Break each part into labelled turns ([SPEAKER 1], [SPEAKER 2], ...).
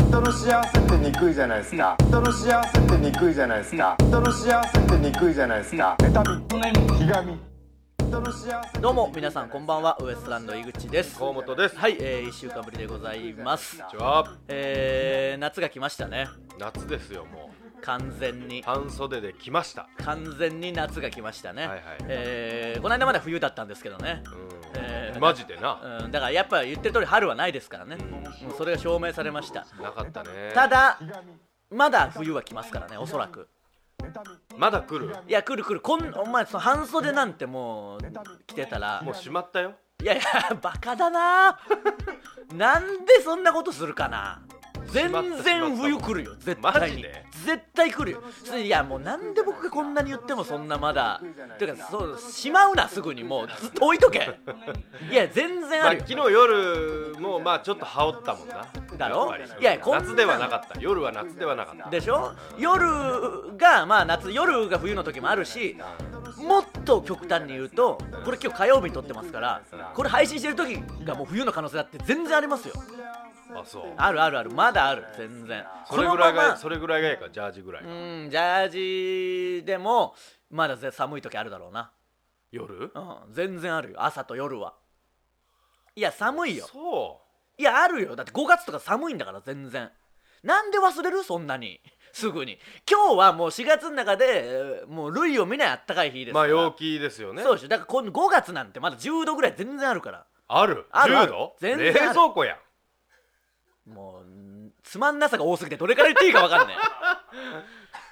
[SPEAKER 1] 人の幸せってにくいじゃないですか人の幸せってにくいじゃないですか人の幸せってにくいじゃないですか妬みひがみ人の幸せ
[SPEAKER 2] どうも皆さんこんばんはウエストランド井口です
[SPEAKER 3] 河本です
[SPEAKER 2] はい、えー、1週間ぶりでございます
[SPEAKER 3] じゃあ
[SPEAKER 2] えー、夏が来ましたね
[SPEAKER 3] 夏ですよもう
[SPEAKER 2] 完全に
[SPEAKER 3] 半袖で来ました
[SPEAKER 2] 完全に夏が来ましたね、
[SPEAKER 3] はいはい
[SPEAKER 2] えーこの間まで冬だったんですけどね、
[SPEAKER 3] うん、
[SPEAKER 2] えー
[SPEAKER 3] マジでな、
[SPEAKER 2] うん、だからやっぱ言ってる通り春はないですからね、
[SPEAKER 3] う
[SPEAKER 2] もうそれが証明されました
[SPEAKER 3] なかったね
[SPEAKER 2] ただ
[SPEAKER 1] ひがみ
[SPEAKER 2] まだ冬は来ますからねおそらく
[SPEAKER 1] 妬み
[SPEAKER 3] まだ来る
[SPEAKER 2] いや来る来るこんお前その半袖なんてもう着てたら
[SPEAKER 3] もうしまったよ
[SPEAKER 2] いやいや バカだななんでそんなことするかな全然冬来るよ絶対
[SPEAKER 3] マジ
[SPEAKER 2] に
[SPEAKER 3] で
[SPEAKER 2] 絶対来るよそれいやもうなんで僕がこんなに言ってもそんなまだてかそうしまうなすぐにもうずっと置いとけいや全然
[SPEAKER 3] まあ
[SPEAKER 2] あるよ
[SPEAKER 3] 昨日夜もまあちょっと羽織ったもんな
[SPEAKER 2] だろ
[SPEAKER 3] やっぱり
[SPEAKER 2] いやこんな
[SPEAKER 3] 夏ではなかった夜は夏ではなかった
[SPEAKER 2] でしょ夜がまあ夏夜が冬の時もあるしもっと極端に言うとこれ今日火曜日に撮ってますからこれ配信してる時がもう冬の可能性だって全然ありますよ
[SPEAKER 3] あそう
[SPEAKER 2] あるあるあるまだある全然
[SPEAKER 3] それぐらいが
[SPEAKER 2] このまま
[SPEAKER 3] それぐらいがいいかジャージぐらいが、
[SPEAKER 2] うんジャージでもまだぜ寒い時あるだろうな
[SPEAKER 3] 夜
[SPEAKER 2] うん全然あるよ朝と夜はいや寒いよ
[SPEAKER 3] そ
[SPEAKER 2] いやあるよだって5月とか寒いんだから全然なんで忘れるそんなにすぐに今日はもう4月の中でえーもう類を見ないあったかい日です
[SPEAKER 3] う
[SPEAKER 2] か
[SPEAKER 3] まあ
[SPEAKER 2] ら
[SPEAKER 3] 陽気ですよね
[SPEAKER 2] そうでしょだからこの5月なんてまだ10度ぐらい全然あるから
[SPEAKER 3] ある
[SPEAKER 2] あるある
[SPEAKER 3] 10度
[SPEAKER 2] 全然ある
[SPEAKER 3] 冷蔵庫やん
[SPEAKER 2] もうんつまんなさが多すぎてどれから言っていいか分かんない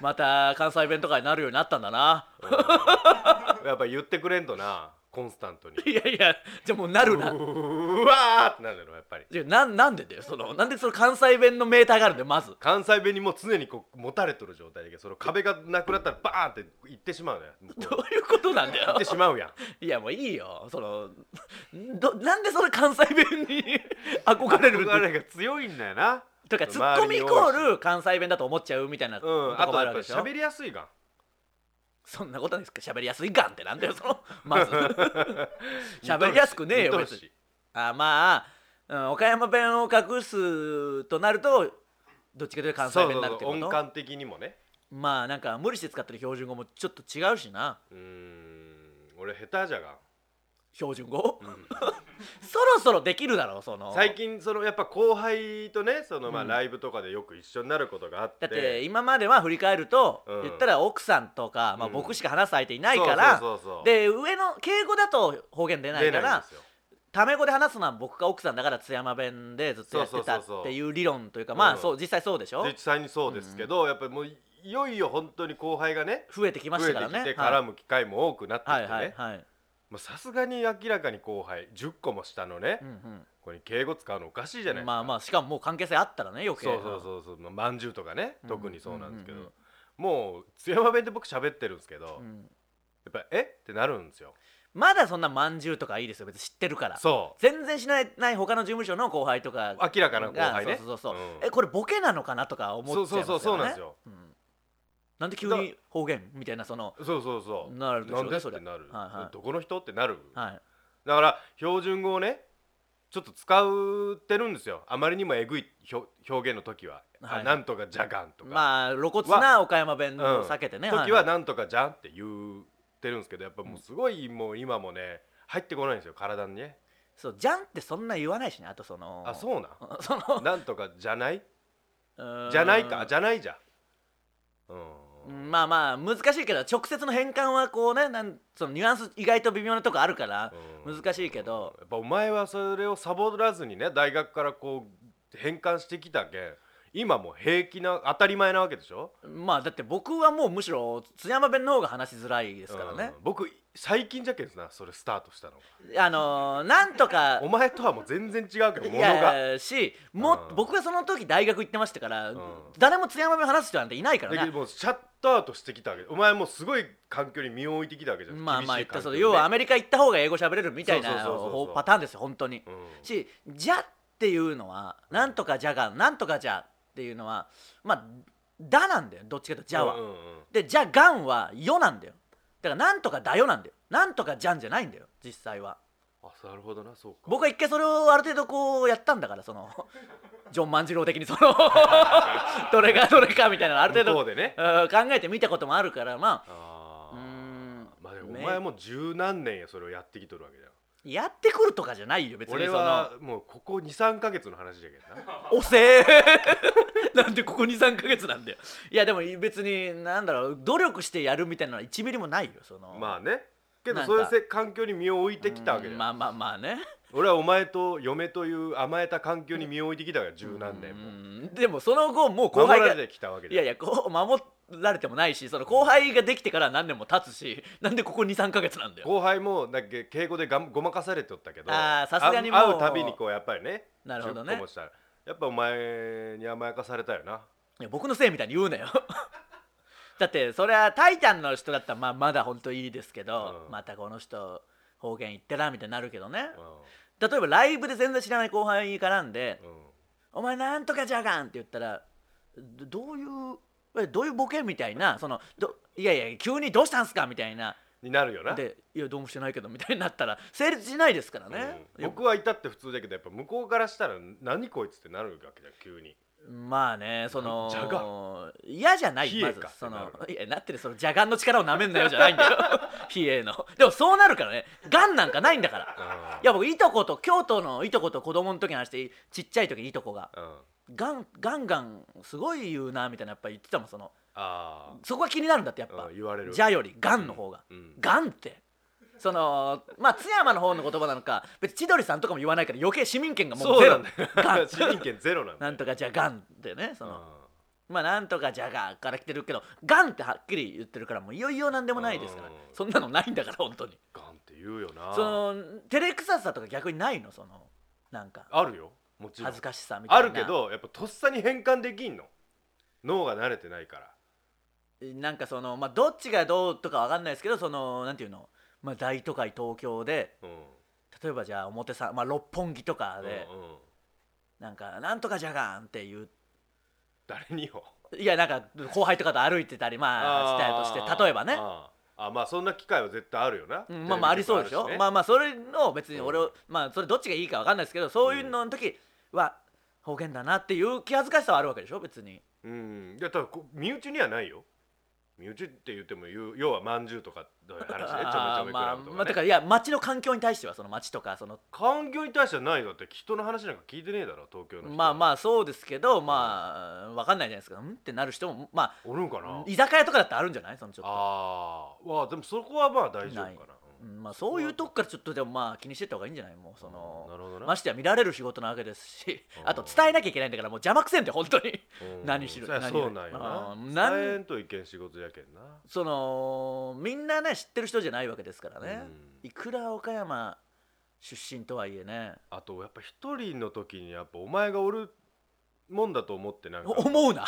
[SPEAKER 2] また関西弁とかになるようになったんだな
[SPEAKER 3] やっぱ言ってくれんとなコンスタ ントに
[SPEAKER 2] いやいやじゃあもうなるな
[SPEAKER 3] うわーってなるのやっぱり
[SPEAKER 2] いやななんでだよそのなんでその関西弁のメーターがあるんだよまず
[SPEAKER 3] 関西弁にもう常にこう持たれとる状態だけどその壁がなくなったらバーンって行ってしまうのよ向こうに
[SPEAKER 2] どういうことなんだ
[SPEAKER 3] 行っ
[SPEAKER 2] よ
[SPEAKER 3] てしま うやん
[SPEAKER 2] いやもういいよそのどなんでその関西弁に憧れるんだ
[SPEAKER 3] あ
[SPEAKER 2] よ
[SPEAKER 3] れが強いんだよな
[SPEAKER 2] とかツッコ
[SPEAKER 3] 周
[SPEAKER 2] ミ
[SPEAKER 3] り
[SPEAKER 2] イ
[SPEAKER 3] に多いし
[SPEAKER 2] コール関西弁だと思っちゃうみたいなと
[SPEAKER 3] う
[SPEAKER 2] こも
[SPEAKER 3] んあと
[SPEAKER 2] あるわ
[SPEAKER 3] やっぱ
[SPEAKER 2] けでしょ、
[SPEAKER 3] 喋りやすいがん
[SPEAKER 2] そんなことないですか喋りやすいがんってなんだよそのまず喋りやすくねえよ
[SPEAKER 3] 似と
[SPEAKER 2] 別
[SPEAKER 3] る
[SPEAKER 2] に
[SPEAKER 3] し
[SPEAKER 2] あまあ、うん、岡山弁を隠すとなるとどっちかというと関西
[SPEAKER 3] そう
[SPEAKER 2] 弁になる
[SPEAKER 3] そ
[SPEAKER 2] っ
[SPEAKER 3] う
[SPEAKER 2] て
[SPEAKER 3] そう
[SPEAKER 2] こ
[SPEAKER 3] 音
[SPEAKER 2] と
[SPEAKER 3] 感的にもね
[SPEAKER 2] まあなんか無理して使ってる標準語もちょっと違うしな
[SPEAKER 3] うーん俺下手じゃがん
[SPEAKER 2] 標準語、 そろそろできるだろうその
[SPEAKER 3] 最近そのやっぱ後輩とねそのまあ
[SPEAKER 2] うん
[SPEAKER 3] ライブとかでよく一緒になることがあって
[SPEAKER 2] だって今までは振り返ると、
[SPEAKER 3] うん
[SPEAKER 2] 言ったら奥さんとか、まあ、
[SPEAKER 3] うん
[SPEAKER 2] 僕しか話す相手いないから、
[SPEAKER 3] そうそうそうそう
[SPEAKER 2] で上の敬語だと方言出ない
[SPEAKER 3] 出
[SPEAKER 2] か
[SPEAKER 3] ないん
[SPEAKER 2] ら
[SPEAKER 3] ですよ
[SPEAKER 2] タメ語で話すのは僕が奥さんだから津山弁でずっとやってた
[SPEAKER 3] そうそうそうそう
[SPEAKER 2] っていう理論というか
[SPEAKER 3] うん
[SPEAKER 2] まあそう実際そうでしょ
[SPEAKER 3] 実際にそうですけど、やっぱりもういよいよ本当に後輩がね
[SPEAKER 2] 増えてきまし
[SPEAKER 3] 増
[SPEAKER 2] た
[SPEAKER 3] え
[SPEAKER 2] か
[SPEAKER 3] て
[SPEAKER 2] ら
[SPEAKER 3] き
[SPEAKER 2] ね
[SPEAKER 3] て絡む機会も多くなってき
[SPEAKER 2] は
[SPEAKER 3] て
[SPEAKER 2] いはいはい
[SPEAKER 3] ね
[SPEAKER 2] はい
[SPEAKER 3] まあさすがに明らかに後輩10個も下のね、
[SPEAKER 2] う
[SPEAKER 3] こ
[SPEAKER 2] ん
[SPEAKER 3] こに敬語使うのおかしいじゃ
[SPEAKER 2] う
[SPEAKER 3] ない
[SPEAKER 2] ん
[SPEAKER 3] ですか
[SPEAKER 2] まあまあしかももう関係性あったらね余計
[SPEAKER 3] そうそうそうそうまあまんじゅうとかね、
[SPEAKER 2] うん
[SPEAKER 3] 特にそうなんですけど、
[SPEAKER 2] うんうん
[SPEAKER 3] もう津山弁で僕喋ってるんですけど、
[SPEAKER 2] ん
[SPEAKER 3] やっぱ「えっ?」てなるんですよ
[SPEAKER 2] まだそんなまんじゅうとかいいですよ別に知ってるから
[SPEAKER 3] そう
[SPEAKER 2] 全然しないない他の事務所の後輩とか
[SPEAKER 3] 明らかな後輩ね
[SPEAKER 2] がそうそうそうそう、
[SPEAKER 3] うん
[SPEAKER 2] えこれボケなのかなとか思っちゃいますよ、ね、
[SPEAKER 3] そうそうそうそうなんですよ、
[SPEAKER 2] んなんで急に方言みたいなその
[SPEAKER 3] そうそうそう
[SPEAKER 2] なるでしょうね
[SPEAKER 3] んでっ
[SPEAKER 2] そりゃ
[SPEAKER 3] てなる、
[SPEAKER 2] はいはい
[SPEAKER 3] どこの人ってなる、
[SPEAKER 2] はい
[SPEAKER 3] だから標準語をねちょっと使うってるんですよあまりにもえぐいひょ表現の時は「あ
[SPEAKER 2] はい
[SPEAKER 3] なんとかじゃがん」とか、
[SPEAKER 2] まあ露骨な岡山弁を避けてね、
[SPEAKER 3] うん時
[SPEAKER 2] は
[SPEAKER 3] はいなんとかじゃんって言ってるんですけどやっぱもうすごいもう今もね入ってこないんですよ体にね
[SPEAKER 2] そうじゃんってそんな言わないしねあとその
[SPEAKER 3] あそうな
[SPEAKER 2] う その
[SPEAKER 3] んなんとかじゃないう
[SPEAKER 2] ーん
[SPEAKER 3] じゃないかじゃないじゃうん
[SPEAKER 2] うんまあまあ難しいけど直接の変換はこうねなんそのニュアンス意外と微妙なとこあるから
[SPEAKER 3] うん
[SPEAKER 2] 難しいけど
[SPEAKER 3] やっぱお前はそれをサボらずにね大学からこう変換してきたけん今もう平気な当たり前なわけでしょ
[SPEAKER 2] まあだって僕はもうむしろ津山弁の方が話しづらいですからね
[SPEAKER 3] うん僕最近じゃけんなそれスタートしたの
[SPEAKER 2] あのーなんと か
[SPEAKER 3] お前とはもう全然違うけ ど
[SPEAKER 2] い
[SPEAKER 3] ものが
[SPEAKER 2] やしもっと
[SPEAKER 3] うん
[SPEAKER 2] 僕はその時大学行ってましたから、
[SPEAKER 3] ん
[SPEAKER 2] 誰も津山弁話す人なんていないから
[SPEAKER 3] だけ
[SPEAKER 2] ね
[SPEAKER 3] どもうシャットアウトしてきたわけお前もうすごい環境に身を置いてきたわけじゃん
[SPEAKER 2] まあまあ言った
[SPEAKER 3] そ
[SPEAKER 2] そうの要はアメリカ行った方が英語喋れるみたい
[SPEAKER 3] そう
[SPEAKER 2] な
[SPEAKER 3] そうそうそうそう
[SPEAKER 2] パターンですよ本当に、し「じゃ」っていうのは「なんとかじゃがん」「なんとかじゃ」っていうのはまあ「だ」なんだよどっちかというと「じゃ」は、
[SPEAKER 3] うんうんうん
[SPEAKER 2] で「じゃがん」は「よ」なんだよだから「なんとかだよ」なんだよ「なんとかじゃん」じゃないんだよ実際は
[SPEAKER 3] あなるほどなそうか
[SPEAKER 2] 僕は一回それをある程度こうやったんだからその ジョン万次郎的にその どれがどれかみたいなのある程
[SPEAKER 3] 向こ
[SPEAKER 2] 度
[SPEAKER 3] うでね
[SPEAKER 2] うん考えてみたこともあるからま
[SPEAKER 3] あ
[SPEAKER 2] あうー
[SPEAKER 3] ー
[SPEAKER 2] ん
[SPEAKER 3] まあでもお前もう十何年やそれをやってきとるわけじゃん
[SPEAKER 2] やってくるとかじゃないよ別に
[SPEAKER 3] 俺
[SPEAKER 2] その
[SPEAKER 3] はもうここ23か月の話じゃけどな
[SPEAKER 2] おせ えなんでここ23ヶ月なんだよいやでも別になんだろう努力してやるみたいなのは1ミリもないよその
[SPEAKER 3] まあねけど
[SPEAKER 2] なん
[SPEAKER 3] そういう
[SPEAKER 2] か
[SPEAKER 3] せ環境に身を置いてきたわけ
[SPEAKER 2] う
[SPEAKER 3] じ
[SPEAKER 2] ん
[SPEAKER 3] ゃん、
[SPEAKER 2] まあまあまあね
[SPEAKER 3] 俺はお前と嫁という甘えた環境に身を置いてきたから十何年も
[SPEAKER 2] うんでもその後もう後
[SPEAKER 3] 守
[SPEAKER 2] 輩
[SPEAKER 3] ら
[SPEAKER 2] が
[SPEAKER 3] れてきたわけ
[SPEAKER 2] いやい
[SPEAKER 3] や
[SPEAKER 2] やこう守られてもないしその後輩ができてから何年も経つしなんでここ23か月なんだよ
[SPEAKER 3] 後輩もなんか敬語でがんごまかされておったけど
[SPEAKER 2] あーさすがに
[SPEAKER 3] あ
[SPEAKER 2] もう
[SPEAKER 3] 会うたびにこうやっぱりね
[SPEAKER 2] なるほどね
[SPEAKER 3] 10個もしたらやっぱお前に甘やかされたよない
[SPEAKER 2] や僕のせいみたいに言うなよ だってそれはタイタンの人だったらまあまだ本当いいですけど、
[SPEAKER 3] うん
[SPEAKER 2] またこの人方言言ってなみたいになるけどね
[SPEAKER 3] うん、
[SPEAKER 2] 例えばライブで全然知らない後輩に絡んで
[SPEAKER 3] うん
[SPEAKER 2] 「お前なんとかじゃがん」って言ったらどどういうえどういうボケみたいなそのどいやいや急にどうしたんすかみたいな
[SPEAKER 3] になるよな
[SPEAKER 2] で「いやどうもしてないけど」みたいになったら成立しないですから
[SPEAKER 3] うん
[SPEAKER 2] ね、いや
[SPEAKER 3] 僕はいたって普通だけどやっぱ向こうからしたら何こいつってなるわけじゃん急に
[SPEAKER 2] まあねその
[SPEAKER 3] じゃ
[SPEAKER 2] 嫌じゃない
[SPEAKER 3] 冷え
[SPEAKER 2] まず
[SPEAKER 3] か
[SPEAKER 2] その
[SPEAKER 3] ってなる
[SPEAKER 2] いやなってるその邪眼の力をなめんなよじゃないんだ よ冷えのでもそうなるからねがんなんかないんだから
[SPEAKER 3] あ
[SPEAKER 2] いや僕いとこと京都のいとこと子供の時に話してちっちゃい時にいとこが
[SPEAKER 3] あ
[SPEAKER 2] ガンガンガンすごい言うなみたいなやっぱ言ってたもんその
[SPEAKER 3] あ
[SPEAKER 2] そこが気になるんだってやっぱ
[SPEAKER 3] うん言われる
[SPEAKER 2] じゃよりガンの方が、
[SPEAKER 3] うん
[SPEAKER 2] ガンってそのまあ津山の方の言葉なのか別に千鳥さんとかも言わないから余計市民権がもう
[SPEAKER 3] そう
[SPEAKER 2] ゼ
[SPEAKER 3] な
[SPEAKER 2] ロ
[SPEAKER 3] んだ
[SPEAKER 2] ガン
[SPEAKER 3] よ市 民権ゼロなんだ
[SPEAKER 2] なんとかじゃガンってねその、
[SPEAKER 3] か
[SPEAKER 2] まあなんとかじゃがから来てるけどガンってはっきり言ってるからもういよいよなんでもないですから
[SPEAKER 3] うん
[SPEAKER 2] そんなのないんだから本当に
[SPEAKER 3] ガンって言うよな
[SPEAKER 2] その照れくささとか逆にないのそのなんか
[SPEAKER 3] あるよもちろん
[SPEAKER 2] 恥ずかしさみたい
[SPEAKER 3] あ
[SPEAKER 2] な
[SPEAKER 3] るけどやっぱとっさに変換できんの脳が慣れてないから
[SPEAKER 2] なんかそのまあどっちがどうとかわかんないですけどそのなんていうのまあ大都会東京で
[SPEAKER 3] うん
[SPEAKER 2] 例えばじゃあ表さまあ六本木とかで
[SPEAKER 3] うんうん
[SPEAKER 2] なんかなんとかじゃがんっていう
[SPEAKER 3] 誰によ
[SPEAKER 2] いやなんか後輩とかと歩いてたりまあしたりとし
[SPEAKER 3] ー
[SPEAKER 2] て例えばね
[SPEAKER 3] あーあーまあそんな機会は絶対あるよな
[SPEAKER 2] うん、まあまあありそうでしょ、ま
[SPEAKER 3] あ
[SPEAKER 2] あまあそれの別に俺を、
[SPEAKER 3] う
[SPEAKER 2] まあそれどっちがいいかわかんないですけどそういうのの時は方言だなっていう気恥ずかしさはあるわけでしょ別に
[SPEAKER 3] うんいやただこ身内にはないよ身内って言っても言う要はまんじゅうとかの話ねちょめち
[SPEAKER 2] あ
[SPEAKER 3] ょ
[SPEAKER 2] ー
[SPEAKER 3] めクラ
[SPEAKER 2] まあ
[SPEAKER 3] ブとか、ね
[SPEAKER 2] まあだからいや街の環境に対してはその街とかその
[SPEAKER 3] 環境に対してはないよだって人の話なんか聞いてねえだろ東京の人
[SPEAKER 2] まあまあそうですけどまあわかんないじゃないですかうんってなる人もま
[SPEAKER 3] おるんか
[SPEAKER 2] あ
[SPEAKER 3] な
[SPEAKER 2] 居酒屋とかだってあるんじゃないそのちょっと
[SPEAKER 3] ああわあでもそこはまあ大丈夫かな
[SPEAKER 2] ないうんまあそういうとこからちょっとでもまあ気にしてった方がいいんじゃないもうその
[SPEAKER 3] うんなるほどな
[SPEAKER 2] ましてや見られる仕事なわけですし
[SPEAKER 3] うん
[SPEAKER 2] あと伝えなきゃいけないんだからもう邪魔くせんって本当に
[SPEAKER 3] うん
[SPEAKER 2] 何しろ
[SPEAKER 3] そりゃ
[SPEAKER 2] 何より
[SPEAKER 3] そうなんよ
[SPEAKER 2] あーな
[SPEAKER 3] な
[SPEAKER 2] ん
[SPEAKER 3] 伝えんといけん仕事やけんな
[SPEAKER 2] そのみんなね知ってる人じゃないわけですからね、
[SPEAKER 3] うん
[SPEAKER 2] いくら岡山出身とはいえね
[SPEAKER 3] あとやっぱ一人の時にやっぱお前がおるもんだと思ってなんか
[SPEAKER 2] お思うな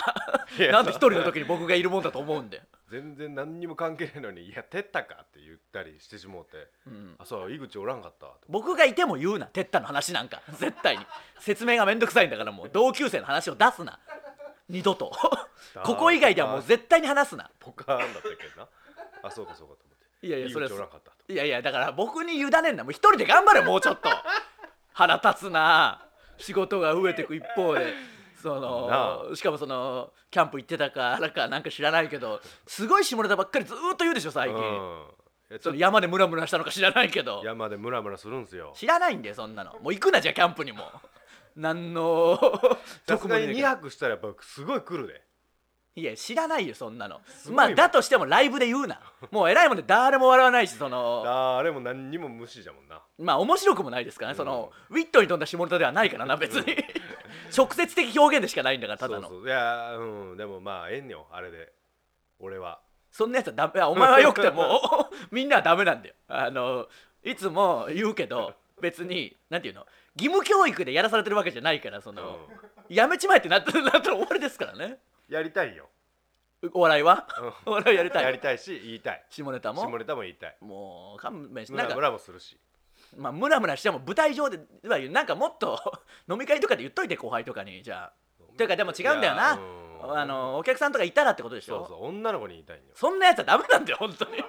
[SPEAKER 3] いや
[SPEAKER 2] なんで一人の時に僕がいるもんだと思うんで、
[SPEAKER 3] 全然何にも関係ないのに「いやてったか」って言ったりしてしもう て
[SPEAKER 2] うん
[SPEAKER 3] 「あそう井口おらんかった」と
[SPEAKER 2] 僕がいても言うな哲太の話なん か絶対に説明がめんどくさいんだからもう同級生の話を出すな二度と ここ以外ではもう絶対に話すな
[SPEAKER 3] ポカーンだったけどなあそうかそうかと思って
[SPEAKER 2] いやいやそれ
[SPEAKER 3] 井口おらんかったと
[SPEAKER 2] いやいやだから僕に委ねんなもう一人で頑張れもうちょ っと腹立つな仕事が増えてく一方でそ
[SPEAKER 3] な
[SPEAKER 2] のしかもそのキャンプ行ってたからかなんか知らないけどすごい下ネタばっかりずーっと言うでしょ最近、
[SPEAKER 3] うんえち
[SPEAKER 2] その
[SPEAKER 3] ょっと
[SPEAKER 2] 山でムラムラしたのか知らないけど
[SPEAKER 3] 山でムラムラするんすよ
[SPEAKER 2] 知らないんでそんなのもう行くなじゃあキャンプにも何の
[SPEAKER 3] さすがに2
[SPEAKER 2] い
[SPEAKER 3] 泊したらやっぱすごい来るで
[SPEAKER 2] や知らないよそんなの
[SPEAKER 3] ごい
[SPEAKER 2] ま
[SPEAKER 3] わ
[SPEAKER 2] あだとしてもライブで言うなもう偉いもんで誰も笑わないしその
[SPEAKER 3] あれも何にも無視じゃもんな
[SPEAKER 2] まあ面白くもないですからね、そのウィットに富んだ下ネタではないからな別に 直接的表現でしかないんだからただのそ
[SPEAKER 3] そうそういやうんでもまあええんよあれで俺は
[SPEAKER 2] んなやつはダメいやお前はよくて もみんなはダメなんだよあのいつも言うけど別になんていうの義務教育でやらされてるわけじゃないからその、やめちまえってなったなったら終わりですからね
[SPEAKER 3] やりたいよ
[SPEAKER 2] お笑いは、 お笑いやりた
[SPEAKER 3] やり
[SPEAKER 2] い
[SPEAKER 3] たいし言いたい
[SPEAKER 2] 下ネタも
[SPEAKER 3] 下ネタも言いたい
[SPEAKER 2] もう勘弁して
[SPEAKER 3] ム
[SPEAKER 2] なん
[SPEAKER 3] ラ
[SPEAKER 2] か
[SPEAKER 3] ムラもするし
[SPEAKER 2] まあムラムラしても舞台上では言うなんかもっと 飲み会とかで言っといて後輩とかにじゃあというかでも違うんだよ
[SPEAKER 3] いや
[SPEAKER 2] な
[SPEAKER 3] うん
[SPEAKER 2] あのお客さんとかいたらってことでし
[SPEAKER 3] そ
[SPEAKER 2] ょ
[SPEAKER 3] うそう女の子に言いたいんよ
[SPEAKER 2] そんなやつはダメなんだよ本当に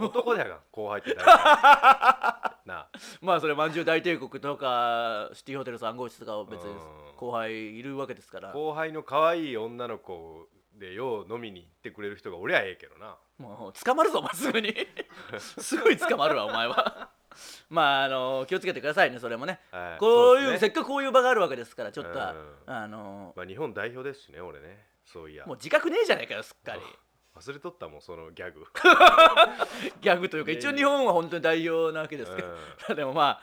[SPEAKER 3] 男だよ後輩って大体なあ
[SPEAKER 2] まあそれまんじゅう大帝国とかシティホテル3号室とかは別に
[SPEAKER 3] うん
[SPEAKER 2] 後輩いるわけですから
[SPEAKER 3] 後輩の可愛い女の子でよう飲みに行ってくれる人がおりゃええけどな
[SPEAKER 2] もう捕まるぞお前す ぐにすぐに捕まるわお前はまああの気をつけてくださいねそれもね
[SPEAKER 3] はい
[SPEAKER 2] こういう
[SPEAKER 3] そです
[SPEAKER 2] せっ
[SPEAKER 3] ね
[SPEAKER 2] かくこういう場があるわけですからちょっとは
[SPEAKER 3] う
[SPEAKER 2] あの
[SPEAKER 3] まあ、日本代表ですしね俺ねそういや
[SPEAKER 2] もう自覚ねえじゃないかよすっか り
[SPEAKER 3] 忘れとったもんそのギャ グ
[SPEAKER 2] ギャグというか
[SPEAKER 3] いやい
[SPEAKER 2] 一
[SPEAKER 3] や
[SPEAKER 2] 応日本は本当に代表なわけですけど、 でもまあ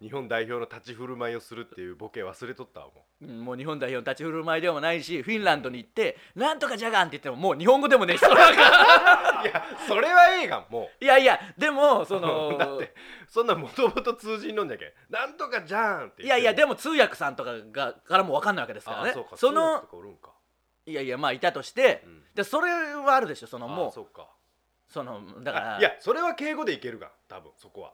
[SPEAKER 3] 日本代表の立ち振る舞いをするっていうボケ忘れとったわも う
[SPEAKER 2] うんもう日本代表の立ち振る舞いでもないしフィンランドに行って「なんとかジャガン」って言ってももう日本語でもねえしそれなん か
[SPEAKER 3] いやそれはええがんも
[SPEAKER 2] いやいやでもそう の
[SPEAKER 3] だってそんなもともと通じんのんじゃけんなんとかじゃんって
[SPEAKER 2] いやいやで
[SPEAKER 3] も
[SPEAKER 2] も通訳さんとかがからも分かんないわけですからね
[SPEAKER 3] あそうか
[SPEAKER 2] そ
[SPEAKER 3] 通訳
[SPEAKER 2] の
[SPEAKER 3] とかおるんか
[SPEAKER 2] いやいやまあいたとして、
[SPEAKER 3] うん
[SPEAKER 2] でそれはあるでしょその
[SPEAKER 3] も
[SPEAKER 2] も
[SPEAKER 3] う
[SPEAKER 2] うそ
[SPEAKER 3] そうか
[SPEAKER 2] のだから
[SPEAKER 3] あいやそれは敬語でいけるがん多分そこは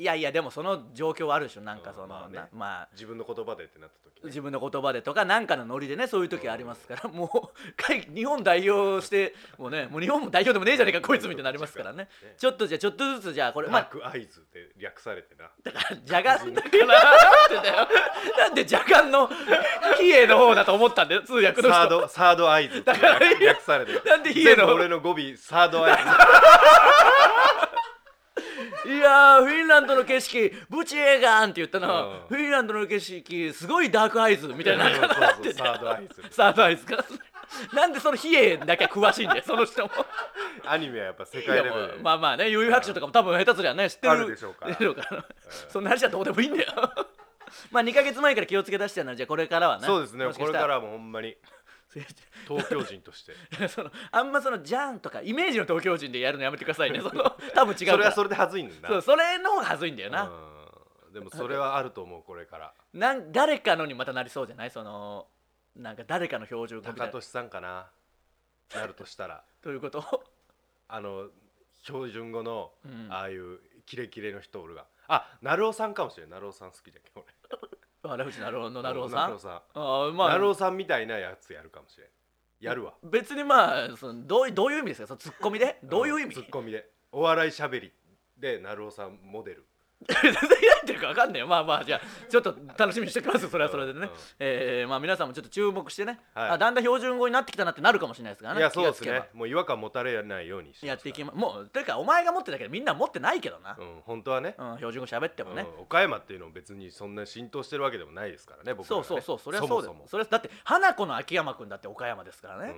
[SPEAKER 3] い
[SPEAKER 2] やいやでもその状況はあるでしょなんかその、
[SPEAKER 3] うんまあね
[SPEAKER 2] なまあ
[SPEAKER 3] 自分の言葉でってなった時ね
[SPEAKER 2] 自分の言葉でとかなんかのノリでねそういう時ありますから、もう海日本代表してもうねもう日本も代表でもねえじゃねえかこいつみたいになりますからね
[SPEAKER 3] ね
[SPEAKER 2] ちょっとじゃあちょっとずつじゃあこれま
[SPEAKER 3] ダー
[SPEAKER 2] あ
[SPEAKER 3] クアイズって略されてな
[SPEAKER 2] だからジャガンだからなんだよ なんでジャガンの比叡の方だと思ったんだよ通訳の
[SPEAKER 3] サー
[SPEAKER 2] 人
[SPEAKER 3] ドサードアイズって
[SPEAKER 2] だからいいよ
[SPEAKER 3] 略されてる
[SPEAKER 2] なんで家
[SPEAKER 3] 全部
[SPEAKER 2] の
[SPEAKER 3] 俺の語尾サードアイズ
[SPEAKER 2] いやーフィンランドの景色ブチエーガンって言ったのは、
[SPEAKER 3] う
[SPEAKER 2] フ
[SPEAKER 3] ん
[SPEAKER 2] ィンランドの景色すごいダークアイズみたいな
[SPEAKER 3] そうそうそうサードアイズ
[SPEAKER 2] サードアイズかなんでその比叡だけ詳しいんだ よその人も
[SPEAKER 3] アニメはやっぱ世
[SPEAKER 2] い
[SPEAKER 3] 界
[SPEAKER 2] や
[SPEAKER 3] レベ
[SPEAKER 2] も
[SPEAKER 3] ル
[SPEAKER 2] うまあまあね悠々白書とかも多分下手すりゃね知ってる
[SPEAKER 3] あるで しょうから
[SPEAKER 2] 出るからそんな話はどうでもいいんだよまあ2か月前から気をつけ出してたのはじゃあこれからはね
[SPEAKER 3] そうですね
[SPEAKER 2] もし
[SPEAKER 3] こ
[SPEAKER 2] し
[SPEAKER 3] れ
[SPEAKER 2] た
[SPEAKER 3] からはもうほんまに東京人として
[SPEAKER 2] そのあんまそのジャンとかイメージの東京人でやるのやめてくださ いねその多 分違うから
[SPEAKER 3] それはそれで恥ずいんだ
[SPEAKER 2] そう
[SPEAKER 3] な
[SPEAKER 2] それの方が恥ずいんだよな、
[SPEAKER 3] うんでもそれはあると思うこれから
[SPEAKER 2] なん誰かのにまたなりそうじゃないそのなんか誰かの表情が
[SPEAKER 3] 高俊さんかななるとしたら
[SPEAKER 2] ということ
[SPEAKER 3] あの標準語の
[SPEAKER 2] うん
[SPEAKER 3] ああいうキレキレの人おるがあ成尾さんかもしれない成尾さん好きじゃけん俺
[SPEAKER 2] 悪口なるおのなるおさん
[SPEAKER 3] 成尾さん
[SPEAKER 2] あーまあ
[SPEAKER 3] 成尾さんみたいなやつやるかもしれんやるわ
[SPEAKER 2] 別にまあそのどういどういう意味ですかそのツッコミでどういう意味
[SPEAKER 3] ツッコミでお笑いしゃべりで成尾さんモデル
[SPEAKER 2] 全然 何言ってるか分かんないよまあまあじゃあちょっと楽しみにしておきますよそれはそれでね、
[SPEAKER 3] うんうん
[SPEAKER 2] えーまあ皆さんもちょっと注目してね、
[SPEAKER 3] はい
[SPEAKER 2] あだんだん標準語になってきたなってなるかもしれないですからね
[SPEAKER 3] いやそうです
[SPEAKER 2] 気が
[SPEAKER 3] ね
[SPEAKER 2] つけ
[SPEAKER 3] もう違和感持たれないようにし
[SPEAKER 2] ばやっていき
[SPEAKER 3] ま
[SPEAKER 2] まもうてかお前が持ってたけどみんな持ってないけどな
[SPEAKER 3] す、からうん本当はね
[SPEAKER 2] うん標準語喋ってもね、
[SPEAKER 3] うん岡山っていうのも別にそんな浸透してるわけでもないですからね僕ら
[SPEAKER 2] そ
[SPEAKER 3] は
[SPEAKER 2] う
[SPEAKER 3] ね
[SPEAKER 2] そうそうそれはそうだよ
[SPEAKER 3] もも
[SPEAKER 2] それはだって花子の秋山君だって岡山ですからね、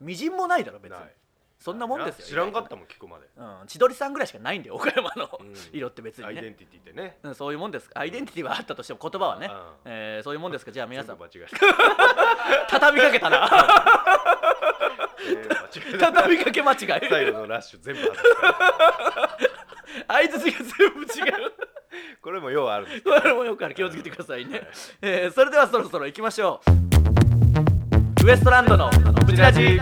[SPEAKER 2] みじんもないだろ別に
[SPEAKER 3] ない
[SPEAKER 2] そんなもんですよ
[SPEAKER 3] 知らんかったもん聞くまで、
[SPEAKER 2] うん、千鳥さんぐらいしかないんだよ岡山の
[SPEAKER 3] うん
[SPEAKER 2] 色って別に
[SPEAKER 3] アイデ
[SPEAKER 2] ね、
[SPEAKER 3] ンティティってね
[SPEAKER 2] うん、そういうもんですアイデンティティはあったとしても言葉はね
[SPEAKER 3] うん、
[SPEAKER 2] えーそういうもんですからじゃあ皆さん
[SPEAKER 3] 全部間違え
[SPEAKER 2] 畳みかけたな
[SPEAKER 3] た全部間違えた
[SPEAKER 2] 畳みかけ間違い
[SPEAKER 3] 最後のラッシュ全部外した
[SPEAKER 2] 相づちが全部違う
[SPEAKER 3] これもようあるんです
[SPEAKER 2] これもよくある気をつけてくださいね、えーそれではそろそろ行きましょうウエストランドのブチラジ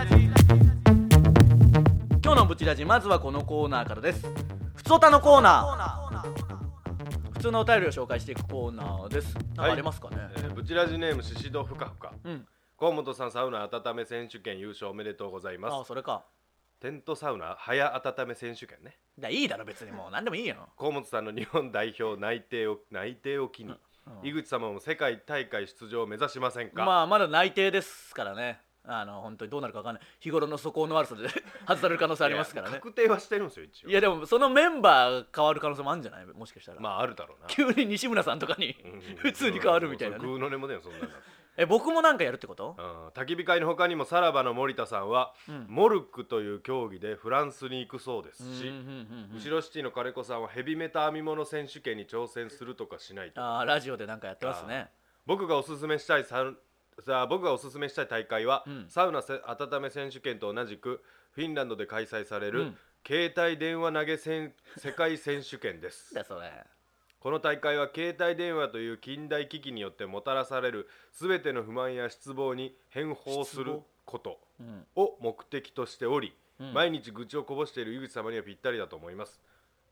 [SPEAKER 2] 今日のブチラジまずはこのコーナーからですふつおたのコーナー普通のお便りを紹介していくコーナーですなんかありますかね、
[SPEAKER 3] えーブチラジネームシシドフカフカ
[SPEAKER 2] うん
[SPEAKER 3] 河本さんサウナ温め選手権優勝おめでとうござい
[SPEAKER 2] あ
[SPEAKER 3] ま
[SPEAKER 2] あ
[SPEAKER 3] す
[SPEAKER 2] それか
[SPEAKER 3] テントサウナ早温め選手権ね
[SPEAKER 2] だいいだろ別にも う何でもいいよ
[SPEAKER 3] 河本さんの日本代表内定を内定を機に、
[SPEAKER 2] うん
[SPEAKER 3] 井口様も世界大会出場を目指しませんか、
[SPEAKER 2] まあまだ内定ですからねあの本当にどうなるかわかんない日頃の素行の悪さで外される可能性ありますから
[SPEAKER 3] いや
[SPEAKER 2] ね
[SPEAKER 3] 確定はしてるんですよ一応
[SPEAKER 2] いやでもそのメンバー変わる可能性もあるんじゃないもしかしたら、
[SPEAKER 3] まああるだろう な
[SPEAKER 2] 急に西村さんとかに
[SPEAKER 3] うん
[SPEAKER 2] 普通に変わるみたいな
[SPEAKER 3] そう
[SPEAKER 2] ね
[SPEAKER 3] グーの根も出んそんなの
[SPEAKER 2] え僕もなんかやるってこと
[SPEAKER 3] うん焚き火会の他にもさらばの森田さんは、
[SPEAKER 2] ん
[SPEAKER 3] モルックという競技でフランスに行くそうです
[SPEAKER 2] うんうん
[SPEAKER 3] し、
[SPEAKER 2] うんうん
[SPEAKER 3] 後ろシティの金子さんはヘビメタ編み物選手権に挑戦するとかしないと
[SPEAKER 2] あーラジオでなんかやってますね
[SPEAKER 3] 僕がおすすめしたいサウさあ僕がおすすめしたい大会は、
[SPEAKER 2] うん
[SPEAKER 3] サウナせ温め選手権と同じくフィンランドで開催される、
[SPEAKER 2] うん
[SPEAKER 3] 携帯電話投げ選世界選手権です
[SPEAKER 2] なんだそれ
[SPEAKER 3] この大会は携帯電話という近代機器によってもたらされる全ての不満や失望に変貌す
[SPEAKER 2] 失
[SPEAKER 3] る
[SPEAKER 2] 望
[SPEAKER 3] こと
[SPEAKER 2] うん
[SPEAKER 3] を目的としており、
[SPEAKER 2] うん
[SPEAKER 3] 毎日愚痴をこぼしている井口様にはぴったりだと思います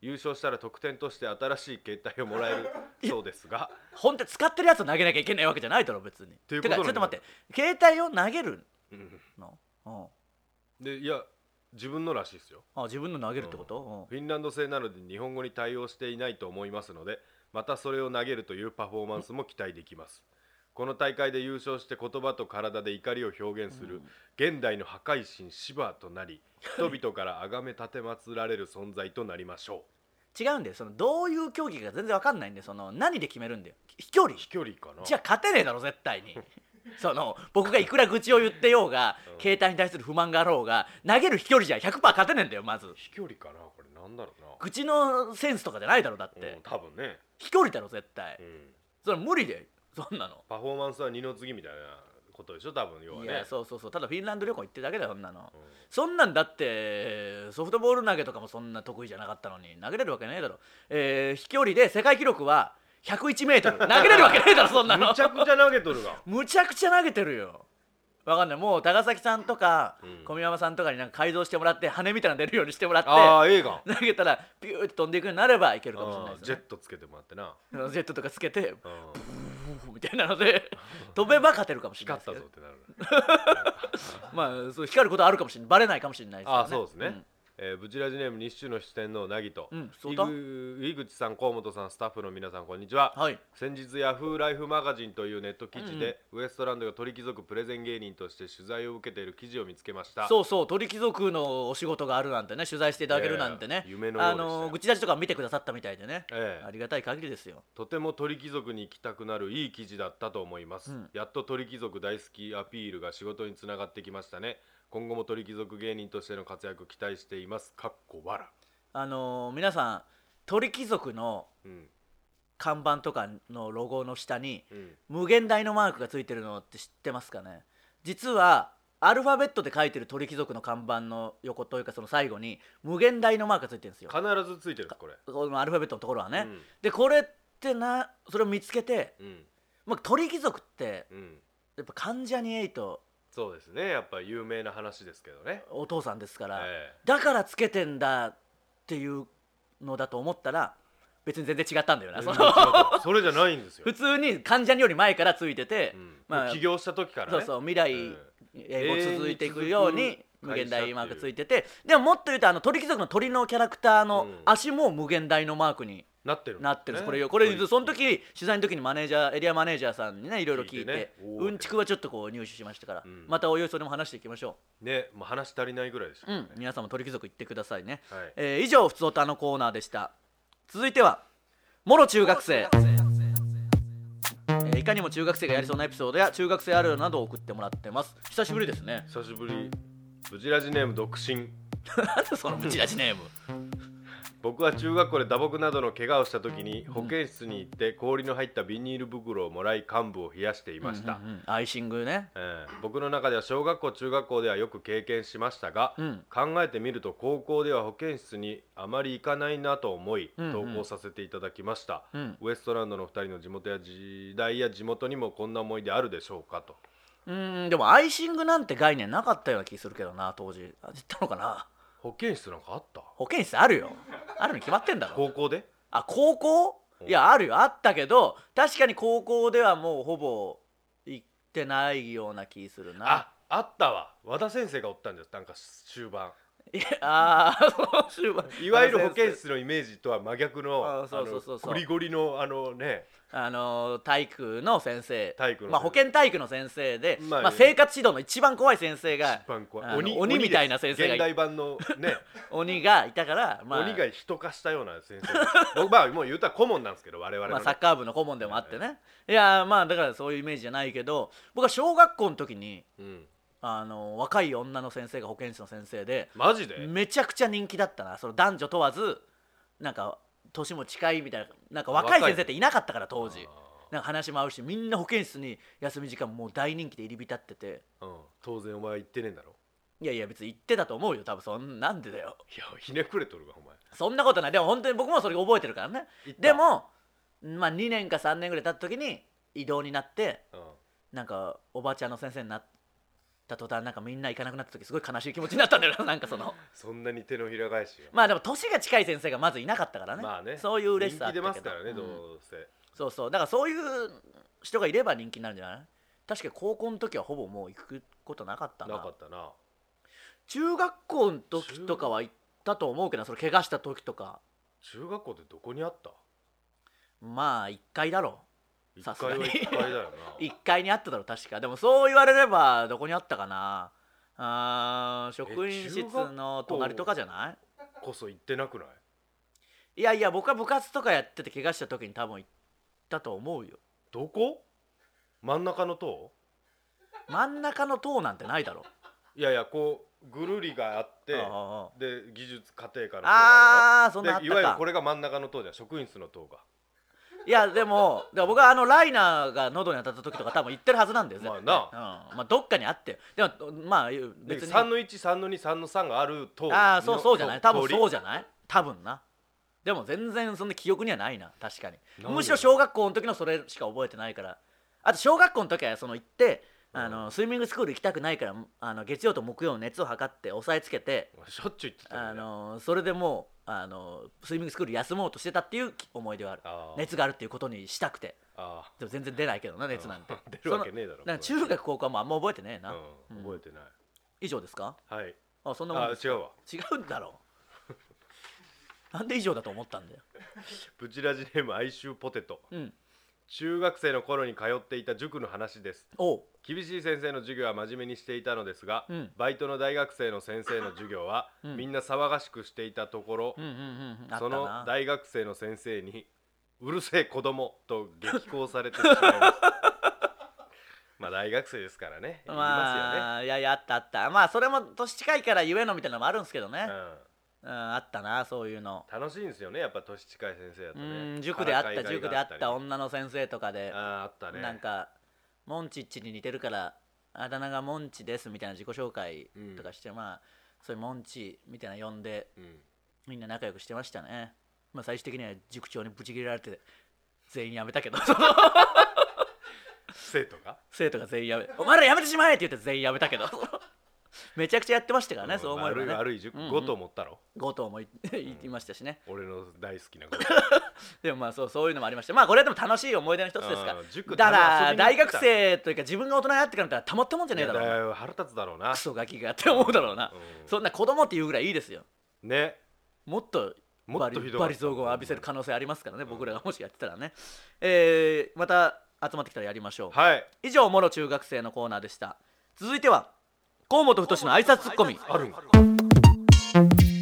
[SPEAKER 3] 優勝したら特典として新しい携帯をもら えるそうですが
[SPEAKER 2] 本当に使ってるやつを投げなきゃいけないわけじゃないだろ別に
[SPEAKER 3] ていう
[SPEAKER 2] か
[SPEAKER 3] ことなん
[SPEAKER 2] ち
[SPEAKER 3] だ
[SPEAKER 2] ょっと待って携帯を投げる
[SPEAKER 3] うん
[SPEAKER 2] のうん
[SPEAKER 3] でいや自分のらしいですよ
[SPEAKER 2] あ自分の投げるってこと、
[SPEAKER 3] フィンランド製なので日本語に対応していないと思いますのでまたそれを投げるというパフォーマンスも期待できますこの大会で優勝して言葉と体で怒りを表現する現代の破壊神シバとなり人々から崇め奉られる存在となりましょ
[SPEAKER 2] 違うんだよそのどういう競技か全然わかんないんでその何で決めるんだよ飛距離
[SPEAKER 3] う飛距離かな
[SPEAKER 2] じゃあ勝てねえだろ絶対に その僕がいくら愚痴を言ってようが、携帯に対する不満があろうが投げる飛距離じゃ100%勝てねえんだよまず
[SPEAKER 3] 飛距離かなこれなんだろう
[SPEAKER 2] 愚痴のセンスとかじゃないだろだって、
[SPEAKER 3] な、うん、多分ね、
[SPEAKER 2] 飛距離だろ絶対、
[SPEAKER 3] うん、
[SPEAKER 2] それ無理でそんなの、
[SPEAKER 3] パフォーマンスは二の次みたいなことでしょ多分要はいね
[SPEAKER 2] やそうそうそうただフィンランド旅行行ってるだけだよそんなの、
[SPEAKER 3] ん
[SPEAKER 2] そんなんだってソフトボール投げとかもそんな得意じゃなかったのに投げれるわけねえだろ、えー飛距離で世界記録は1 0 1メー トル投げれるわけねえだろそんなの
[SPEAKER 3] むちゃくちゃ投げと るが
[SPEAKER 2] むちゃくちゃ投げてるよわかんないもう高崎さんとか
[SPEAKER 3] ん
[SPEAKER 2] 小宮山さんとかになんか改造してもらって羽みたいなの出るようにしてもら
[SPEAKER 3] あ
[SPEAKER 2] っ
[SPEAKER 3] あ映画
[SPEAKER 2] て投げたらピューって飛んでいくようになればいけるかもしれないです
[SPEAKER 3] ジェ
[SPEAKER 2] よ
[SPEAKER 3] ットつけてもらってな、
[SPEAKER 2] ねジェットとかつけて
[SPEAKER 3] うん
[SPEAKER 2] ブー みたいなので飛べば勝てるかもしれない
[SPEAKER 3] 光
[SPEAKER 2] で
[SPEAKER 3] っ
[SPEAKER 2] すけ
[SPEAKER 3] たぞっ
[SPEAKER 2] ど
[SPEAKER 3] てなるね
[SPEAKER 2] まあそう光ることあるかもしれないバレないかもしれないですよね
[SPEAKER 3] あそうですね、えーブチラジネーム日中の出演のなぎと、
[SPEAKER 2] うんそう
[SPEAKER 3] 井
[SPEAKER 2] だ
[SPEAKER 3] ぐ井口さん河本さんスタッフの皆さんこんにちは、
[SPEAKER 2] はい
[SPEAKER 3] 先日ヤフーライフマガジンというネット記事で、ウエストランドが鳥貴族プレゼン芸人として取材を受けている記事を見つけました
[SPEAKER 2] そうそう鳥貴族のお仕事があるなんてね取材していただけるなんてね
[SPEAKER 3] いやいや夢のよう
[SPEAKER 2] あ
[SPEAKER 3] でしたよ
[SPEAKER 2] の愚痴たちとか見てくださったみたいでね、
[SPEAKER 3] ええ
[SPEAKER 2] ありがたい限りですよ
[SPEAKER 3] とても鳥貴族に行きたくなるいい記事だったと思います、やっと鳥貴族大好きアピールが仕事につながってきましたね今後も鳥貴族芸人としての活躍期待していますかっこわら
[SPEAKER 2] あの皆さん鳥貴族の
[SPEAKER 3] うん
[SPEAKER 2] 看板とかのロゴの下に
[SPEAKER 3] うん
[SPEAKER 2] 無限大のマークがついてるのって知ってますかね実はアルファベットで書いてる鳥貴族の看板の横というかその最後に無限大のマークがついてるんですよ
[SPEAKER 3] 必ずついてるこれ
[SPEAKER 2] このアルファベットのところはね、
[SPEAKER 3] うん
[SPEAKER 2] でこれってなそれを見つけて、
[SPEAKER 3] うん
[SPEAKER 2] まあ、鳥貴族って
[SPEAKER 3] うん
[SPEAKER 2] やっぱ関ジャニ∞
[SPEAKER 3] そうですねやっぱ有名な話ですけどね
[SPEAKER 2] お父さんですから、
[SPEAKER 3] ええ
[SPEAKER 2] だからつけてんだっていうのだと思ったら別に全然違ったんだよなその
[SPEAKER 3] 全然違うからそれじゃないんですよ
[SPEAKER 2] 普、通に関ジャニより前からついてて、
[SPEAKER 3] うん
[SPEAKER 2] ま
[SPEAKER 3] も
[SPEAKER 2] あ
[SPEAKER 3] う起業した時からね
[SPEAKER 2] そうそう未来、
[SPEAKER 3] うん
[SPEAKER 2] 英語続いていくよう
[SPEAKER 3] 永遠に
[SPEAKER 2] に
[SPEAKER 3] 続く
[SPEAKER 2] 無限大マークついててでももっと言うとあの鳥貴族の鳥のキャラクター
[SPEAKER 3] う
[SPEAKER 2] の
[SPEAKER 3] ん
[SPEAKER 2] 足も無限大のマークに
[SPEAKER 3] なってる
[SPEAKER 2] なってるんです、
[SPEAKER 3] ね
[SPEAKER 2] これよこれ
[SPEAKER 3] 鳥貴
[SPEAKER 2] その時取材の時にマネージャーエリアマネージャーさんにねいろいろ聞いて
[SPEAKER 3] 聞いてねおー
[SPEAKER 2] うんちくはちょっとこう入手しましたから、
[SPEAKER 3] ん
[SPEAKER 2] またおよいそれも話していきましょ
[SPEAKER 3] ねもう話足りないぐらいでした
[SPEAKER 2] う、う
[SPEAKER 3] ね、
[SPEAKER 2] ん、皆さんも鳥貴族行ってくださいね、
[SPEAKER 3] はい
[SPEAKER 2] えー以上「ふつおた」のコーナーでした続いてはもろ中学生えーいかにも中学生がやりそうなエピソードや中学生あるあるなどを送ってもらってます久しぶりですね
[SPEAKER 3] 久しぶりブチラジネーム独身
[SPEAKER 2] なんでそのブチラジネーム
[SPEAKER 3] 僕は中学校で打撲などの怪我をした時に保健室に行って氷の入ったビニール袋をもらい患部を冷やしていました、
[SPEAKER 2] うんうんアイシングね
[SPEAKER 3] えー僕の中では小学校中学校ではよく経験しましたが、
[SPEAKER 2] うん
[SPEAKER 3] 考えてみると高校では保健室にあまり行かないなと思い、
[SPEAKER 2] うんうん
[SPEAKER 3] 投稿させていただきました、
[SPEAKER 2] うん
[SPEAKER 3] ウエストランドの2人の地元や時代や地元にもこんな思い出あるでしょうかと
[SPEAKER 2] うんでもアイシングなんて概念なかったような気するけどな当時あ知ったのかな
[SPEAKER 3] 保健室なんかあった
[SPEAKER 2] 保健室あるよあるに決まってんだろ
[SPEAKER 3] 高校で
[SPEAKER 2] あ高校いやあるよあったけど確かに高校ではもうほぼ行ってないような気するな
[SPEAKER 3] ああったわ和田先生がおったんですなんか終盤
[SPEAKER 2] いや あーそう終盤
[SPEAKER 3] いわゆる保健室のイメージとは真逆の
[SPEAKER 2] あそうそうそうそう
[SPEAKER 3] あのゴリゴリのあのね
[SPEAKER 2] あのー体育の先生
[SPEAKER 3] 体育の先生
[SPEAKER 2] まあ、保健体育の先生で、
[SPEAKER 3] ま
[SPEAKER 2] ま
[SPEAKER 3] あ
[SPEAKER 2] あ生活指導の一番怖い先生が
[SPEAKER 3] 一番怖い
[SPEAKER 2] あの鬼みたいな
[SPEAKER 3] で
[SPEAKER 2] 先
[SPEAKER 3] す
[SPEAKER 2] 生がい
[SPEAKER 3] 現代版のね
[SPEAKER 2] 鬼がいたから、 まあ
[SPEAKER 3] 鬼が人化したような先生です僕まあもう言うたら顧問なんですけど我々の、
[SPEAKER 2] まあ、サッカー部の顧問でもあってね、いやーまあだからそういうイメージじゃないけど僕は小学校の時に
[SPEAKER 3] うん、
[SPEAKER 2] あのー若い女の先生が保健室の先生で、
[SPEAKER 3] マジで、
[SPEAKER 2] めちゃくちゃ人気だったなその男女問わずなんか年も近いみたいななんか若い先生っていなかったから当時なんか話も合うしみんな保健室に休み時間もう大人気で入り浸ってて
[SPEAKER 3] うん、当然お前は言ってねえんだろ
[SPEAKER 2] いやいや別に行ってたと思うよ多分そんなんでだよ
[SPEAKER 3] いやひねくれとるがお前
[SPEAKER 2] そんなことないでも本当に僕もそれ覚えてるからね
[SPEAKER 3] 行った
[SPEAKER 2] でも、まあ、2年か3年ぐらい経った時に異動になって
[SPEAKER 3] うん
[SPEAKER 2] なんかおばちゃんの先生になった途端なんかみんな行かなくなった時すごい悲しい気持ちになったんだよななんかその
[SPEAKER 3] そんなに手のひら返し
[SPEAKER 2] まあでも年が近い先生がまずいなかったから
[SPEAKER 3] が
[SPEAKER 2] ね,、
[SPEAKER 3] まあね
[SPEAKER 2] そういう嬉しさあ
[SPEAKER 3] 人
[SPEAKER 2] った
[SPEAKER 3] 気出
[SPEAKER 2] けど
[SPEAKER 3] ますからね、
[SPEAKER 2] うん
[SPEAKER 3] どうせ
[SPEAKER 2] そうそうだからそういう人がいれば人気になるんじゃない確かに高校の時はほぼもう行くことなかったな
[SPEAKER 3] なかったな
[SPEAKER 2] 中学校の時とかは行ったと思うけどなそれ怪我した時とか
[SPEAKER 3] 中学校ってどこにあった
[SPEAKER 2] まあ1回だろ
[SPEAKER 3] 一
[SPEAKER 2] さすが
[SPEAKER 3] 階
[SPEAKER 2] に
[SPEAKER 3] は一階だよ
[SPEAKER 2] 1階にあっただろ確かでもそう言われればどこにあったかなあー職員室の隣とかじゃない
[SPEAKER 3] なこそ行ってなくない
[SPEAKER 2] いやいや僕は部活とかやってて怪我した時に多分行ったと思うよ
[SPEAKER 3] どこ真ん中の塔
[SPEAKER 2] 真ん中の塔なんてないだろ
[SPEAKER 3] いやいやこうぐるりがあって
[SPEAKER 2] あ
[SPEAKER 3] で技術家庭科の塔があ
[SPEAKER 2] あ
[SPEAKER 3] る
[SPEAKER 2] ーそん
[SPEAKER 3] で
[SPEAKER 2] なんあっ
[SPEAKER 3] いわゆる
[SPEAKER 2] た
[SPEAKER 3] こ
[SPEAKER 2] か
[SPEAKER 3] れが真ん中の塔じゃん職員室の塔が
[SPEAKER 2] いやでもでも僕はあのライナーが喉に当たった時とか多分行ってるはずなんだよ
[SPEAKER 3] まあ
[SPEAKER 2] 絶対
[SPEAKER 3] な
[SPEAKER 2] うん、まあどっかにあってでもまあ別に
[SPEAKER 3] 3の13の23の3がある塔
[SPEAKER 2] ああそうそうじゃない多分そうじ
[SPEAKER 3] じ
[SPEAKER 2] ゃない多分なでも全然そんな記憶にはないな確かに
[SPEAKER 3] なんで
[SPEAKER 2] むしろ小学校の時のそれしか覚えてないからあと小学校の時はその行ってあのスイミングスクール行きたくないからあの月曜と木曜の熱を測って抑えつけて
[SPEAKER 3] ゃしょっちゅう言ってたよね
[SPEAKER 2] あのそれでもうあのスイミングスクール休もうとしてたっていう思い出はある
[SPEAKER 3] あー
[SPEAKER 2] 熱があるっていうことにしたくて
[SPEAKER 3] あ
[SPEAKER 2] でも全然出ないけどな熱なんて
[SPEAKER 3] ー 出るわけねえだろ
[SPEAKER 2] そのなんか中学高校はもうあんま覚えてねえな、
[SPEAKER 3] うん覚えてない
[SPEAKER 2] 以上ですか
[SPEAKER 3] はい
[SPEAKER 2] あそんなもん
[SPEAKER 3] あ
[SPEAKER 2] です
[SPEAKER 3] 違うわ
[SPEAKER 2] 違うんだろう なんで以上だと思ったんだよ
[SPEAKER 3] ブチラジネーム哀愁ポテト
[SPEAKER 2] うん
[SPEAKER 3] 中学生の頃に通っていた塾の話です
[SPEAKER 2] おう
[SPEAKER 3] 厳しい先生の授業は真面目にしていたのですが、
[SPEAKER 2] うん
[SPEAKER 3] バイトの大学生の先生の授業は、
[SPEAKER 2] ん
[SPEAKER 3] みんな騒がしくしていたところ、
[SPEAKER 2] うんうんうんうんあったな
[SPEAKER 3] その大学生の先生に「うるせえ子供と激高されて しまいましたまあ大学生ですからね言いま
[SPEAKER 2] まあいやいやあったあったまあそれも年近いからゆえのみたいなのもあるんですけどね
[SPEAKER 3] すよね、うん
[SPEAKER 2] うんあったなそういうの
[SPEAKER 3] 楽しいんですよねやっぱ年近い先生だと
[SPEAKER 2] う
[SPEAKER 3] ね
[SPEAKER 2] ん塾であっ
[SPEAKER 3] から
[SPEAKER 2] た
[SPEAKER 3] かい
[SPEAKER 2] 塾
[SPEAKER 3] が
[SPEAKER 2] であっ
[SPEAKER 3] り
[SPEAKER 2] た女の先生とかで
[SPEAKER 3] あーあったね
[SPEAKER 2] なんかモンチッチに似てるからあだ名がモンチですみたいな自己紹介とかして、まあそういうモンチみたいなの呼んで
[SPEAKER 3] うん
[SPEAKER 2] みんな仲良くしてましたねまあ最終的には塾長にブチ切れられて全員辞めたけど その
[SPEAKER 3] 生徒が
[SPEAKER 2] 生徒が全員辞めお前ら辞めてしまえって言って全員辞めたけど めちゃくちゃやってましたからね、
[SPEAKER 3] ん
[SPEAKER 2] そう思えば、ね、
[SPEAKER 3] まあ悪い悪い塾
[SPEAKER 2] うんうん
[SPEAKER 3] 5と思ったろ
[SPEAKER 2] 後藤もい言ってましたしね、
[SPEAKER 3] 俺の大好きな 子
[SPEAKER 2] でもまあそうそういうのもありましたまあこれはでも楽しい思い出の一つですか
[SPEAKER 3] うん塾
[SPEAKER 2] だか
[SPEAKER 3] 多
[SPEAKER 2] ら
[SPEAKER 3] 分遊びに
[SPEAKER 2] 大
[SPEAKER 3] 行っ
[SPEAKER 2] 学
[SPEAKER 3] てた
[SPEAKER 2] 生というか自分が大人になってから見たらたまったもんじゃねえだろう
[SPEAKER 3] いや
[SPEAKER 2] な
[SPEAKER 3] だいぶ腹立つだろうな
[SPEAKER 2] クソガキがって思うだろうな、
[SPEAKER 3] うん
[SPEAKER 2] そんな子供っていうぐらいいいですよ
[SPEAKER 3] ね
[SPEAKER 2] もっと
[SPEAKER 3] もっとひどい
[SPEAKER 2] バリ雑言を浴びせる可能性ありますからね、僕らがもしやってたらね、えーまた集まってきたらやりましょう、
[SPEAKER 3] はい
[SPEAKER 2] 以上もろ中学生のコーナーでした続いては河本太の挨拶ツッコミ
[SPEAKER 3] あるん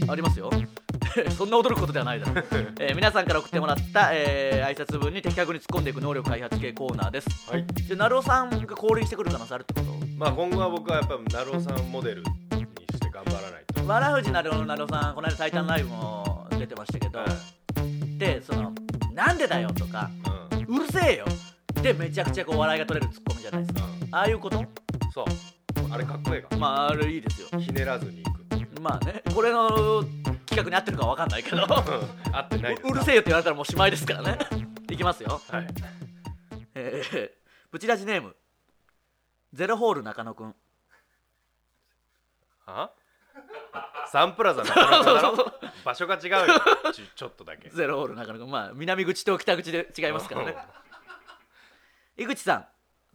[SPEAKER 2] ありますよ そんな驚くことではないだ ろう、えー皆さんから送ってもらった、えー挨拶文に的確に突っ込んでいく能力開発系コーナーです
[SPEAKER 3] はい
[SPEAKER 2] で成尾さんが降臨してくる可能性あるってこと
[SPEAKER 3] まあ今後は僕はやっぱ成尾さんモデルにして頑張らないと
[SPEAKER 2] わらふじなるおの成尾さんこの間「最短ライブ」も出てましたけど、でその「なんでだよ」とか
[SPEAKER 3] うん
[SPEAKER 2] 「うるせえよ」でめちゃくちゃこう笑いが取れるツッコミじゃないですか
[SPEAKER 3] う
[SPEAKER 2] ああいうこと
[SPEAKER 3] んそうあれかっこええか
[SPEAKER 2] まああれいいですよ
[SPEAKER 3] ひねらずに行くっていう
[SPEAKER 2] まあねこれの企画に合ってるかわかんないけど
[SPEAKER 3] うん合ってないです
[SPEAKER 2] ううるせえよって言われたらもうしまいですからねいきますよ
[SPEAKER 3] はい
[SPEAKER 2] えー、ブチラジネームゼロホール中野くん
[SPEAKER 3] あサンプラザ中野だろ場所が違うよちちょっとだけ
[SPEAKER 2] ゼロホール中野くんまあ南口と北口で違いますからね井口さん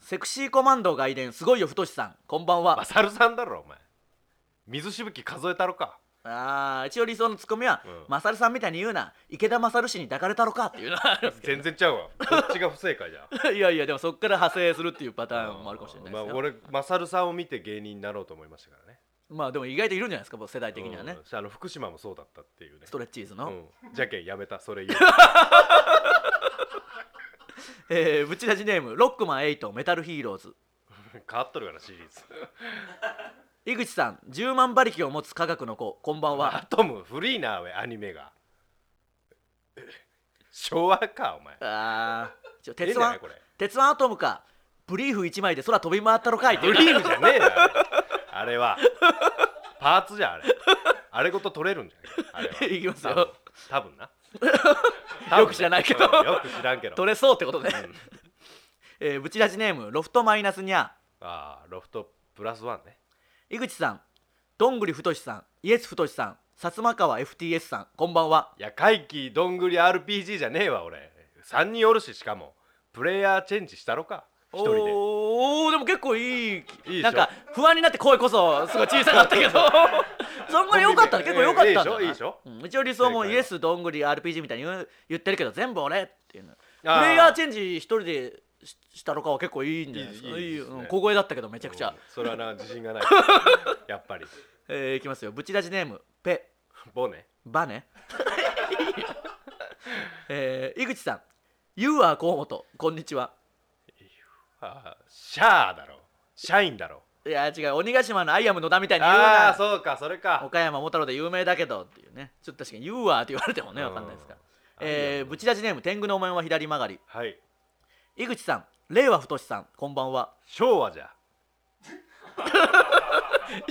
[SPEAKER 2] セクシーコマンド外伝すごいよ太さんこんばん
[SPEAKER 3] マ
[SPEAKER 2] は
[SPEAKER 3] サルさんだろお前水しぶき数えたろか
[SPEAKER 2] あー一応理想のツッコミは、
[SPEAKER 3] うん
[SPEAKER 2] マサルさんみたいに言うな池田勝氏に抱かれたろかっていうのは
[SPEAKER 3] 全然ちゃうわこっちが不正解じゃん
[SPEAKER 2] いやいやでもそっから派生するっていうパターンもあるかもしれないですよ、
[SPEAKER 3] まあ、
[SPEAKER 2] まあ、
[SPEAKER 3] 俺マサルさんを見て芸人になろうと思いましたからね
[SPEAKER 2] でも意外といるんじゃないですかもう世代的にはね、
[SPEAKER 3] うんあの福島もそうだったっていうね
[SPEAKER 2] ストレッチーズの、
[SPEAKER 3] うん、じゃけんやめたそ れ言う
[SPEAKER 2] えー、ブチラジネームロックマン8メタルヒーローズ
[SPEAKER 3] 変わっとるからシリーズ
[SPEAKER 2] 井口さん10万馬力を持つ科学の子こんばん
[SPEAKER 3] ア
[SPEAKER 2] は
[SPEAKER 3] トム古いなおいアニメが昭和かお前
[SPEAKER 2] あーちょ
[SPEAKER 3] ええ
[SPEAKER 2] 鉄
[SPEAKER 3] じゃな
[SPEAKER 2] 腕
[SPEAKER 3] いこれ
[SPEAKER 2] 鉄腕アトムかブリーフ1枚で空飛び回ったのかいってい
[SPEAKER 3] ブ
[SPEAKER 2] う
[SPEAKER 3] リーフじゃねえよあれはパーツじゃんあれあれごと取れるんじゃないあ れはい
[SPEAKER 2] きますよ
[SPEAKER 3] 多分な多分ね
[SPEAKER 2] よく知らないけど
[SPEAKER 3] うんよく知らんけど
[SPEAKER 2] 取れそうってことね、
[SPEAKER 3] うん
[SPEAKER 2] えー、ブチラジネームロフトマイナスニャー
[SPEAKER 3] ああロフトプラスワンね
[SPEAKER 2] 井口さんどんぐりふとしさんイエスふとしさん薩摩川 FTS さんこんばんはい
[SPEAKER 3] や怪奇どんぐり RPG じゃねえわ俺3人おるししかもプレイヤーチェンジしたろか一人で
[SPEAKER 2] おーでも結構いい
[SPEAKER 3] いいでしょ
[SPEAKER 2] なんか不安になって声こそすごい小さか ったけどそんぐらい良かったね結構良かったんだな
[SPEAKER 3] ええいいでしょ
[SPEAKER 2] うん一応理想も
[SPEAKER 3] 正解は
[SPEAKER 2] イエスどんぐり RPG みたいに言う言ってるけど全部俺っていうのプ
[SPEAKER 3] あー
[SPEAKER 2] レイヤーチェンジ一人でししたのかは結構いいんじゃないですか
[SPEAKER 3] いいいいですね
[SPEAKER 2] うん小声だったけどめちゃくちゃ、
[SPEAKER 3] うんそれはな自信 がないやっぱり
[SPEAKER 2] えーいきますよブチラジネームペ
[SPEAKER 3] ボネ
[SPEAKER 2] バネ えー井口さん You are 河本こんにちは
[SPEAKER 3] あーシャーだろシャインだろ
[SPEAKER 2] いや違う鬼ヶ島のアイアム野田みたいに言う
[SPEAKER 3] ああ
[SPEAKER 2] な
[SPEAKER 3] ーそうかそれか
[SPEAKER 2] 岡山桃太郎で有名だけどっていうねちょっと確かに「言うわ」って言われてもね
[SPEAKER 3] うん
[SPEAKER 2] 分かんないですから、
[SPEAKER 3] あるよね
[SPEAKER 2] えー、ぶち出しネーム天狗のお面は左曲がり
[SPEAKER 3] はい
[SPEAKER 2] 井口さん令和太さんこんばんは
[SPEAKER 3] 昭和じゃ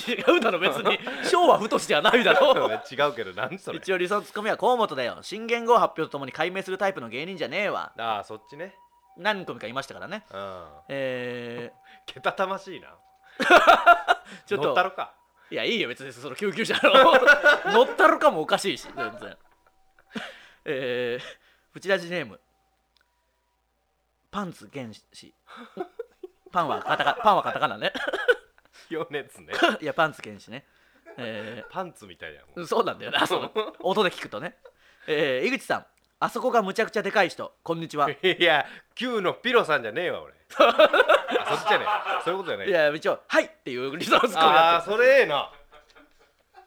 [SPEAKER 2] 違うだろ別に 昭和太ではないだ
[SPEAKER 3] そう
[SPEAKER 2] ろ
[SPEAKER 3] ね違うけど何 それ
[SPEAKER 2] 一応理想のツッコミは河本だよ新元号発表とともに解明するタイプの芸人じゃねえわ
[SPEAKER 3] ああそっちね
[SPEAKER 2] 何組かいましたからね
[SPEAKER 3] うん
[SPEAKER 2] え
[SPEAKER 3] けたたましいな
[SPEAKER 2] ー、 ちょっ
[SPEAKER 3] 乗
[SPEAKER 2] と
[SPEAKER 3] ったろか
[SPEAKER 2] いやいいよ別にその救急車の 乗ったろかもおかしいし全然 えー、ブチラジネームパンツ原始パンはカタカパンはカタカナね
[SPEAKER 3] 米津ね
[SPEAKER 2] いやパンツ原始ねえ
[SPEAKER 3] パンツみたいやも
[SPEAKER 2] ー、
[SPEAKER 3] ん
[SPEAKER 2] そうなんだよなその音で聞くとねえー、井口さんあそこがむちゃくちゃでかい人こんにちはい
[SPEAKER 3] や Q のピロさんじゃねえ わ俺あそっちじゃねえそういうことじゃない
[SPEAKER 2] いや一応「はい」っていうリソースコミだ
[SPEAKER 3] あ
[SPEAKER 2] っ
[SPEAKER 3] あーそれええな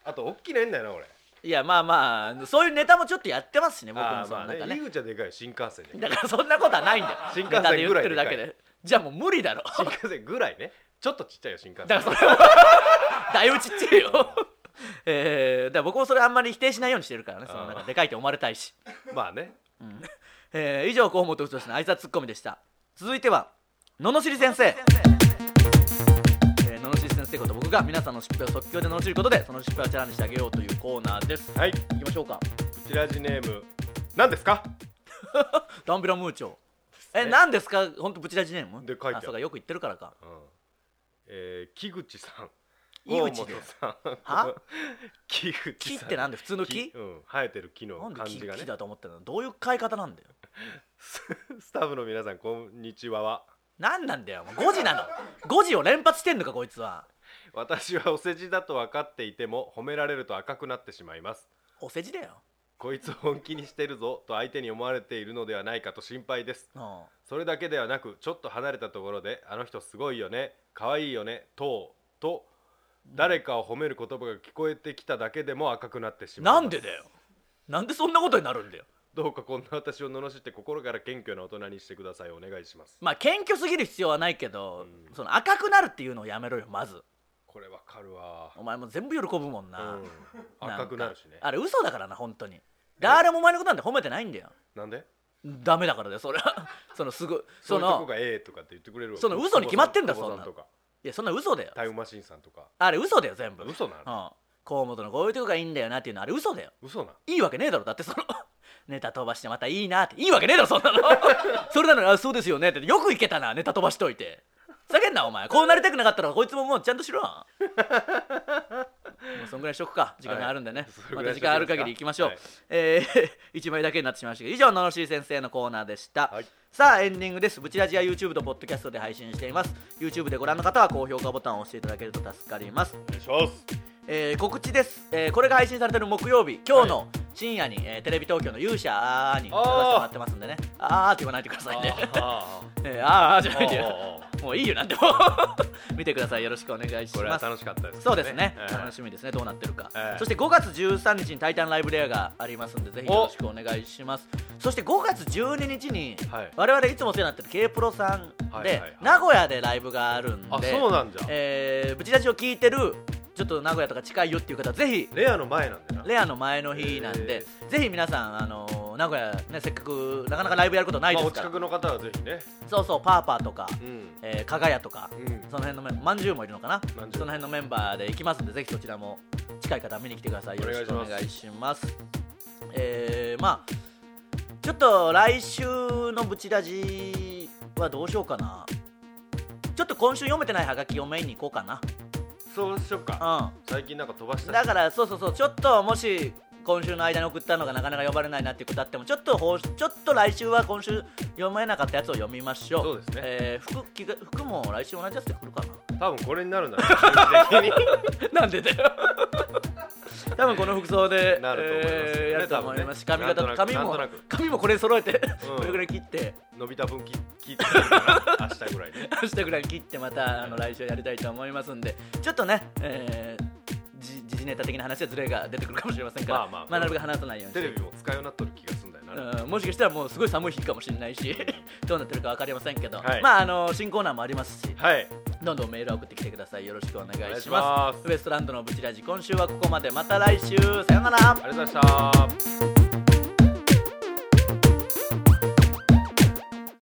[SPEAKER 3] あと大きなえんだよな俺
[SPEAKER 2] たいやまあまあそういうネタもちょっとやってますしね僕
[SPEAKER 3] あ
[SPEAKER 2] も
[SPEAKER 3] ー
[SPEAKER 2] その
[SPEAKER 3] まあ
[SPEAKER 2] なんか
[SPEAKER 3] ね
[SPEAKER 2] ね
[SPEAKER 3] 井口はでかいよ新幹線で
[SPEAKER 2] だからそんなことはないんだよ。
[SPEAKER 3] 新幹線ぐら
[SPEAKER 2] ネタ
[SPEAKER 3] いでかい
[SPEAKER 2] で言ってるだけで。じゃあもう無理だろ。
[SPEAKER 3] 新幹線ぐらいねちょっとちっちゃいよ新幹
[SPEAKER 2] だか
[SPEAKER 3] 線
[SPEAKER 2] らそれは だいぶちっちゃいよ。えー、だから僕もそれあんまり否定しないようにしてるからね。そのなんか
[SPEAKER 3] うん
[SPEAKER 2] でかいって思われたいし。
[SPEAKER 3] まあね
[SPEAKER 2] えー、以上河本太の挨拶ツッコミでした。続いては罵り先生。えー罵り先生こと僕が皆さんの失敗を即興で罵ることでその失敗をチャラにしてあげようというコーナーです。
[SPEAKER 3] はいこ
[SPEAKER 2] 行きましょうか。
[SPEAKER 3] ちらジネーム何ですか
[SPEAKER 2] ダンビラムーチョ。
[SPEAKER 3] ね
[SPEAKER 2] え、何ですか本当ブチラジネーム
[SPEAKER 3] で書いてある
[SPEAKER 2] あ、そうか、よく言ってるからか。
[SPEAKER 3] うんえー木口さん
[SPEAKER 2] 井口で
[SPEAKER 3] 大本さん
[SPEAKER 2] は
[SPEAKER 3] 木口
[SPEAKER 2] 木っ
[SPEAKER 3] さん
[SPEAKER 2] てなんで普通の木
[SPEAKER 3] うん生えてる木の
[SPEAKER 2] なんで
[SPEAKER 3] 感
[SPEAKER 2] 木
[SPEAKER 3] じがね
[SPEAKER 2] 木だと思ってるのどういう買い方なんだよ
[SPEAKER 3] ススタッフの皆さんこんにちはは
[SPEAKER 2] 何なんだよもう5時なの5時を連発してんのかこいつは
[SPEAKER 3] 私はお世辞だと分かっていても褒められると赤くなってしまいます
[SPEAKER 2] お世辞だよ
[SPEAKER 3] こいつ本気にしてるぞと相手に思われているのではないかと心配です
[SPEAKER 2] うん
[SPEAKER 3] それだけではなくちょっと離れたところで「あの人すごいよね可愛いよね」とうと誰かを褒める言葉が聞こえてきただけでも赤くなってしま
[SPEAKER 2] な
[SPEAKER 3] うん
[SPEAKER 2] でだよなんでそんなことになるんだよ
[SPEAKER 3] どうかこんな私を罵って心から謙虚な大人にしてくださいお願いします
[SPEAKER 2] まあ謙虚すぎる必要はないけど、
[SPEAKER 3] うん
[SPEAKER 2] その赤くなるっていうのをやめろよまず
[SPEAKER 3] これわかるわ、
[SPEAKER 2] お前も全部喜ぶもん
[SPEAKER 3] う
[SPEAKER 2] な,、
[SPEAKER 3] ん、赤くなるしね
[SPEAKER 2] あれ嘘だからな本当に誰もお前のことなんて褒めてないんだよ
[SPEAKER 3] なんで
[SPEAKER 2] ダメだからだよそれは そのすぐ
[SPEAKER 3] そう
[SPEAKER 2] そ
[SPEAKER 3] いうとこ
[SPEAKER 2] の
[SPEAKER 3] がええとかって言ってくれるわ
[SPEAKER 2] その嘘に決まってんだ
[SPEAKER 3] 久保さ
[SPEAKER 2] そんな
[SPEAKER 3] 久保さとか
[SPEAKER 2] いやそんな嘘だよ
[SPEAKER 3] タイムマシーンさんとか
[SPEAKER 2] あれ嘘だよ全部
[SPEAKER 3] 嘘な
[SPEAKER 2] う
[SPEAKER 3] の
[SPEAKER 2] ん、河本のこういうとこがいいんだよなっていうのあれ嘘だよ
[SPEAKER 3] 嘘なの
[SPEAKER 2] いいわけねえだろだってその ネタ飛ばしてまたいいなっていいわけねえだろそんなの それなのにあそうですよねってよくいけたなネタ飛ばしといてふざけんなお前こうなりたくなかったらこいつももうちゃんとしろ もうそんぐらいしとくか時間があるんでね、
[SPEAKER 3] はいそれ
[SPEAKER 2] ま
[SPEAKER 3] ぐら
[SPEAKER 2] た時間ある
[SPEAKER 3] いにしときますか
[SPEAKER 2] 限り行きましょう、
[SPEAKER 3] はい
[SPEAKER 2] えー、1枚だ けになってしまいましたけど以上ののしり先生のコーナーでした、
[SPEAKER 3] はい
[SPEAKER 2] さあエンディングですブチラジは YouTube と Podcast で配信しています YouTube でご覧の方は高評価ボタンを押していただけると助かります
[SPEAKER 3] お願いします
[SPEAKER 2] えー告知です、えーこれが配信されてる木曜日今日の深夜に、えーテレビ東京の勇者あーに出させてもらってますんでねあーって言わないでくださいね
[SPEAKER 3] あー
[SPEAKER 2] えー あーじゃ
[SPEAKER 3] あ
[SPEAKER 2] ないんだよ
[SPEAKER 3] ー
[SPEAKER 2] もういいよなんでも 見てくださいよろしくお願いし
[SPEAKER 3] これ
[SPEAKER 2] ま
[SPEAKER 3] は
[SPEAKER 2] す
[SPEAKER 3] 楽しかったですね
[SPEAKER 2] そうですね、
[SPEAKER 3] ええ
[SPEAKER 2] 楽しみですねどうなってるか、
[SPEAKER 3] ええ
[SPEAKER 2] そして5月13日に「タイタンライブレア」がありますんでぜひよろしくお願いしますそして5月12日に、
[SPEAKER 3] はい
[SPEAKER 2] 我々いつもお世話になってる K プロさんで、
[SPEAKER 3] はいはいはい
[SPEAKER 2] 名古屋でライブがあるんで
[SPEAKER 3] あそうなんじゃ
[SPEAKER 2] えー、ブチラジを聞いてるちょっと名古屋とか近いよっていう方はぜひ
[SPEAKER 3] レアの前なんだよな
[SPEAKER 2] レアの前の日なんで、ぜひ皆さん、あのー名古屋、ね、せっかくなかなかライブやることない
[SPEAKER 3] ま
[SPEAKER 2] で
[SPEAKER 3] あお
[SPEAKER 2] すから、
[SPEAKER 3] 近くの方はぜひね
[SPEAKER 2] そうそう、パーパーとか、
[SPEAKER 3] うん
[SPEAKER 2] えー、かがやとか、
[SPEAKER 3] うん
[SPEAKER 2] その辺のメンまんじゅうもいるのかな、そ
[SPEAKER 3] ま
[SPEAKER 2] の
[SPEAKER 3] んじゅう
[SPEAKER 2] 辺のメンバーで行きますんで、ぜひそちらも近い方、見に来てください、よろしくお願いします。えー、まあちょっと来週のブチラジはどうしようかな。ちょっと今週読めてないハガキをメインに行こうか
[SPEAKER 3] そうしよっか
[SPEAKER 2] な。うん
[SPEAKER 3] 最近なんか飛ばした
[SPEAKER 2] だからそうそうそうちょっともし今週の間に送ったのがなかなか読まれないなっていうことあってもちょっとほうちょっと来週は今週読めなかったやつを読みましょう
[SPEAKER 3] そうですね
[SPEAKER 2] えー服着が服も来週同じやつで来る か
[SPEAKER 3] 多分これになるんだろうね
[SPEAKER 2] ななんでだよ 多分この服装で
[SPEAKER 3] なると思いますね
[SPEAKER 2] えーやると思いますし
[SPEAKER 3] 多分
[SPEAKER 2] 髪型
[SPEAKER 3] ねなんとなく
[SPEAKER 2] 髪も
[SPEAKER 3] なんとなく
[SPEAKER 2] 髪もこれ揃えて、
[SPEAKER 3] うん
[SPEAKER 2] これぐらい切って
[SPEAKER 3] 伸びた分き聞いてくれるかな明日ぐらいね
[SPEAKER 2] 明日ぐらい切ってまたあの来週やりたいと思いますんでちょっとね、えー、じ時事ネタ的な話はズレが出てくるかもしれませんから、
[SPEAKER 3] まあまあまあ
[SPEAKER 2] なるべく話さないようにし
[SPEAKER 3] テ
[SPEAKER 2] て
[SPEAKER 3] レビも使いようになっとる気がするんだよな、
[SPEAKER 2] うんもしかしたらもうすごい寒い日かもしれないし どうなってるか分かりませんけど、
[SPEAKER 3] はい
[SPEAKER 2] まああの新コーナーもありますし
[SPEAKER 3] はい
[SPEAKER 2] どんどんメールを送ってきてくださいよろしくお願いし
[SPEAKER 3] お願いし
[SPEAKER 2] ま
[SPEAKER 3] ますす
[SPEAKER 2] ウエストランドのブチラジ今週はここまでまた来週さようなら
[SPEAKER 3] ありがとうございました